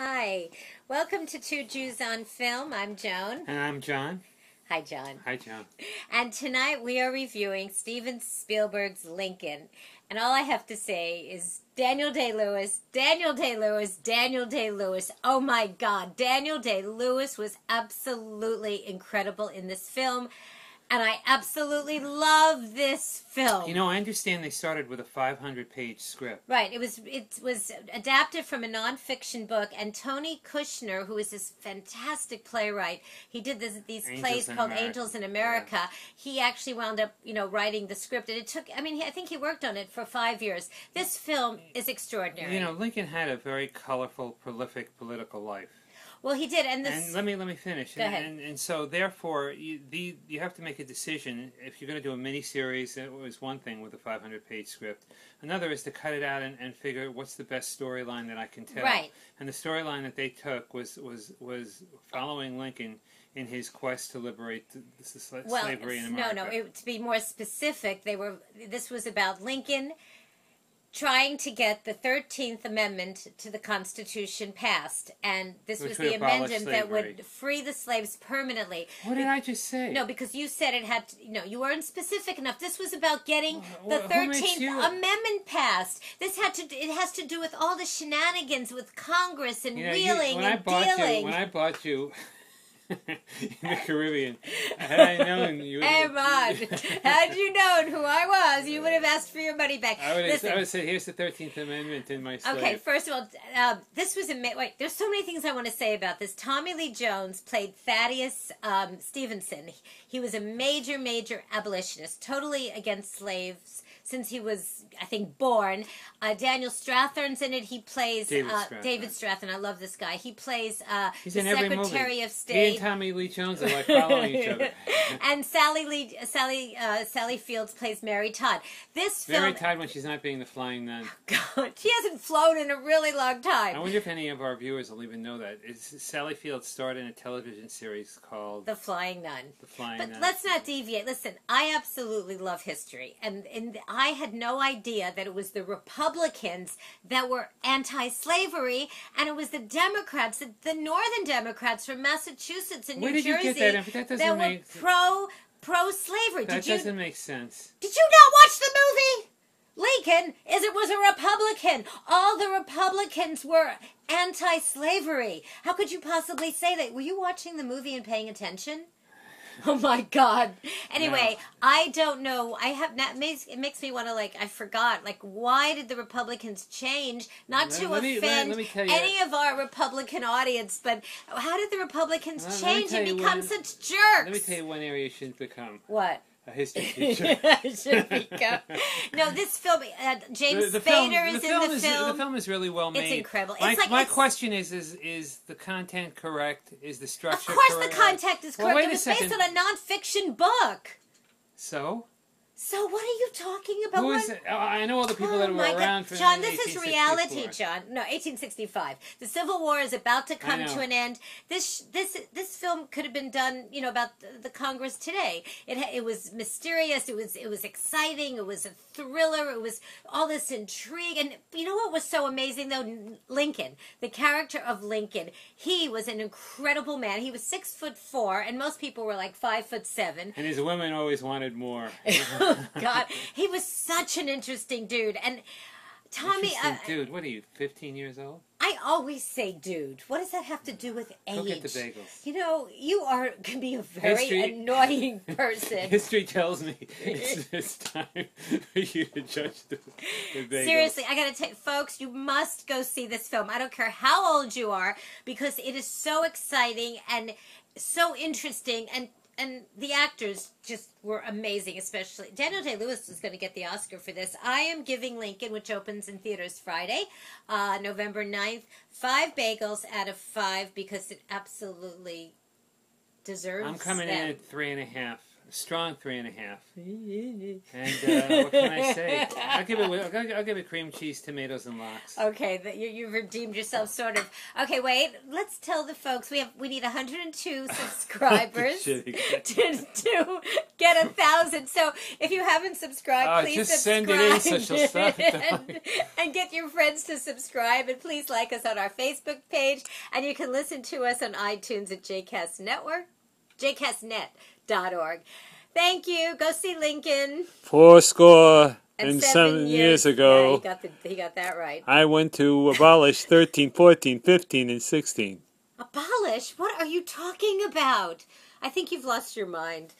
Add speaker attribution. Speaker 1: Hi. Welcome to Two Jews on Film. I'm Joan.
Speaker 2: And I'm John.
Speaker 1: Hi, John.
Speaker 2: Hi, John.
Speaker 1: And tonight we are reviewing Steven Spielberg's Lincoln. And all I have to say is Daniel Day Lewis, Daniel Day Lewis, Daniel Day Lewis. Oh my God. Daniel Day Lewis was absolutely incredible in this film. And I absolutely love this film.
Speaker 2: You know, I understand they started with a 500 page script.
Speaker 1: Right. It was it was adapted from a nonfiction book, and Tony Kushner, who is this fantastic playwright, he did this, these
Speaker 2: Angels
Speaker 1: plays
Speaker 2: in
Speaker 1: called
Speaker 2: America.
Speaker 1: Angels in America. He actually wound up, you know, writing the script, and it took. I mean, he, I think he worked on it for five years. This film is extraordinary.
Speaker 2: You know, Lincoln had a very colorful, prolific political life.
Speaker 1: well, he did, and this.
Speaker 2: And let me let me finish.
Speaker 1: Go
Speaker 2: and,
Speaker 1: ahead.
Speaker 2: And, and so, therefore, you, the you have to make a decision if you're going to do a mini series. That was one thing with a 500 page script. Another is to cut it out and, and figure what's the best storyline that I can tell.
Speaker 1: Right.
Speaker 2: And the storyline that they took was was was following Lincoln in his quest to liberate the, the sla-
Speaker 1: well,
Speaker 2: slavery in
Speaker 1: it's-
Speaker 2: America.
Speaker 1: no, no. It, to be more specific, they were. This was about Lincoln trying to get the Thirteenth Amendment to the Constitution passed, and this
Speaker 2: Which
Speaker 1: was
Speaker 2: would
Speaker 1: the
Speaker 2: abolish
Speaker 1: amendment that
Speaker 2: slavery.
Speaker 1: would free the slaves permanently.
Speaker 2: what did I just say?
Speaker 1: No, because you said it had. To, you know, you weren't specific enough. This was about getting the
Speaker 2: Well, who makes
Speaker 1: Thirteenth
Speaker 2: you-
Speaker 1: Amendment passed. This had to. It has to do with all the shenanigans with Congress and
Speaker 2: You know, you-
Speaker 1: wheeling
Speaker 2: when I
Speaker 1: and
Speaker 2: bought
Speaker 1: dealing.
Speaker 2: You, when I bought you in the Caribbean, had I known you, would-
Speaker 1: Hey, Rod, had you known who I was, you would have asked for your money back.
Speaker 2: I would have
Speaker 1: Listen,
Speaker 2: I would say, here's the Thirteenth Amendment in my slave.
Speaker 1: okay, first of all, um, this was a wait. There's so many things I want to say about this. Tommy Lee Jones played Thaddeus um, Stevenson. He, he was a major, major abolitionist, totally against slaves since he was, I think, born. Uh, Daniel Strathern's in it. He plays
Speaker 2: David
Speaker 1: uh,
Speaker 2: Strathern.
Speaker 1: David Strathern. I love this guy. He plays uh,
Speaker 2: He's
Speaker 1: the
Speaker 2: in every
Speaker 1: Secretary
Speaker 2: movie.
Speaker 1: of
Speaker 2: He
Speaker 1: State.
Speaker 2: and Tommy Lee Jones are like following each other.
Speaker 1: and Sally Lee, Sally uh, Sally Fields plays Mary Todd. This film,
Speaker 2: Very tired when she's not being the flying nun.
Speaker 1: God, she hasn't flown in a really long
Speaker 2: I
Speaker 1: time.
Speaker 2: wonder if any of our viewers will even know that. It's, Sally Fields starred in a television series called The,
Speaker 1: the Flying Nun.
Speaker 2: Flying
Speaker 1: But
Speaker 2: Nun.
Speaker 1: let's not deviate. Listen, I absolutely love history, and and I had no idea that it was the Republicans that were anti-slavery, and it was the Democrats, the, the Northern Democrats from Massachusetts and
Speaker 2: Where
Speaker 1: New
Speaker 2: did you
Speaker 1: Jersey,
Speaker 2: get that? inf- That doesn't
Speaker 1: that
Speaker 2: make
Speaker 1: were pro pro-slavery.
Speaker 2: that
Speaker 1: Did you
Speaker 2: doesn't make sense.
Speaker 1: Did you not watch the movie? Lincoln is it was a Republican. All the Republicans were anti-slavery. How could you possibly say that? Were you watching the movie and paying attention? Oh my God! Anyway, I don't know. I have not. Makes, it makes me want to like. I forgot. Like, why did the Republicans change? Not
Speaker 2: Let-
Speaker 1: to
Speaker 2: let me- let-
Speaker 1: offend
Speaker 2: let me tell you-
Speaker 1: any of our Republican audience, but how did the Republicans
Speaker 2: Uh, Let- let me
Speaker 1: change
Speaker 2: tell
Speaker 1: and
Speaker 2: you
Speaker 1: become
Speaker 2: when-
Speaker 1: such jerks?
Speaker 2: Let me tell you one area you shouldn't become
Speaker 1: what.
Speaker 2: a history teacher.
Speaker 1: should be go. No, this film, uh, James Spader is in the
Speaker 2: is,
Speaker 1: film.
Speaker 2: The film is really well made.
Speaker 1: incredible.
Speaker 2: My,
Speaker 1: It's like
Speaker 2: my
Speaker 1: it's-
Speaker 2: question is, is is the content correct? Is the
Speaker 1: Of
Speaker 2: structure?
Speaker 1: course,
Speaker 2: correct?
Speaker 1: the contact is
Speaker 2: uh, Well,
Speaker 1: correct.
Speaker 2: wait
Speaker 1: it
Speaker 2: a
Speaker 1: was based
Speaker 2: second.
Speaker 1: on a nonfiction book.
Speaker 2: So
Speaker 1: So what are you talking about?
Speaker 2: who is?
Speaker 1: What-
Speaker 2: It? Oh, I know all the people that
Speaker 1: Oh
Speaker 2: were
Speaker 1: my God.
Speaker 2: around for
Speaker 1: John, this is reality,
Speaker 2: 1864.
Speaker 1: John. No, 1865. The Civil War is about to come
Speaker 2: know.
Speaker 1: to an end. This this this film could have been done, you know, about the, the Congress today. It ha- it was mysterious. It was it was exciting. It was a thriller. It was all this intrigue. And you know what was so amazing though? N- Lincoln, the character of Lincoln. He was an incredible man. He was six foot four, and most people were like five foot seven.
Speaker 2: And his women always wanted more.
Speaker 1: God, he was such an interesting dude. And Tommy, I,
Speaker 2: Interesting dude, what are you? Fifteen years old?
Speaker 1: I always say dude. What does that have to do with age?
Speaker 2: Go get the bagels.
Speaker 1: You know, you are can be a very
Speaker 2: History-
Speaker 1: annoying person.
Speaker 2: History tells me it's, it's time for you to judge the, the bagels.
Speaker 1: Seriously, I gotta tell folks, you must go see this film. I don't care how old you are, because it is so exciting and so interesting and and the actors just were amazing, especially Daniel Day Lewis is going to get the Oscar for this. I am giving Lincoln, which opens in theaters Friday, uh, November 9th, five bagels out of five because it absolutely deserves
Speaker 2: I'm coming in
Speaker 1: them.
Speaker 2: at three and a half strong three and a half. And uh, what can I say? I'll give it. with- I'll, I'll give it cream cheese, tomatoes, and lox.
Speaker 1: Okay, that you you've redeemed yourself sort of. Okay, wait. Let's tell the folks we have we need 102 subscribers
Speaker 2: Shit,
Speaker 1: to,
Speaker 2: exactly.
Speaker 1: to get a thousand. So if you haven't subscribed,
Speaker 2: Ah,
Speaker 1: please
Speaker 2: just
Speaker 1: subscribe
Speaker 2: send it in, so she'll stop it.
Speaker 1: and, and get your friends to subscribe and please like us on our Facebook page and you can listen to us on iTunes at JCast Network, jcastnet.org. Thank you. Go see Lincoln.
Speaker 3: Four score and,
Speaker 1: seven
Speaker 3: seven, years, ago,
Speaker 1: Yeah, he, got the, he got that right.
Speaker 3: I went to abolish 13, 14, 15, and 16.
Speaker 1: Abolish? What are you talking about? I think you've lost your mind.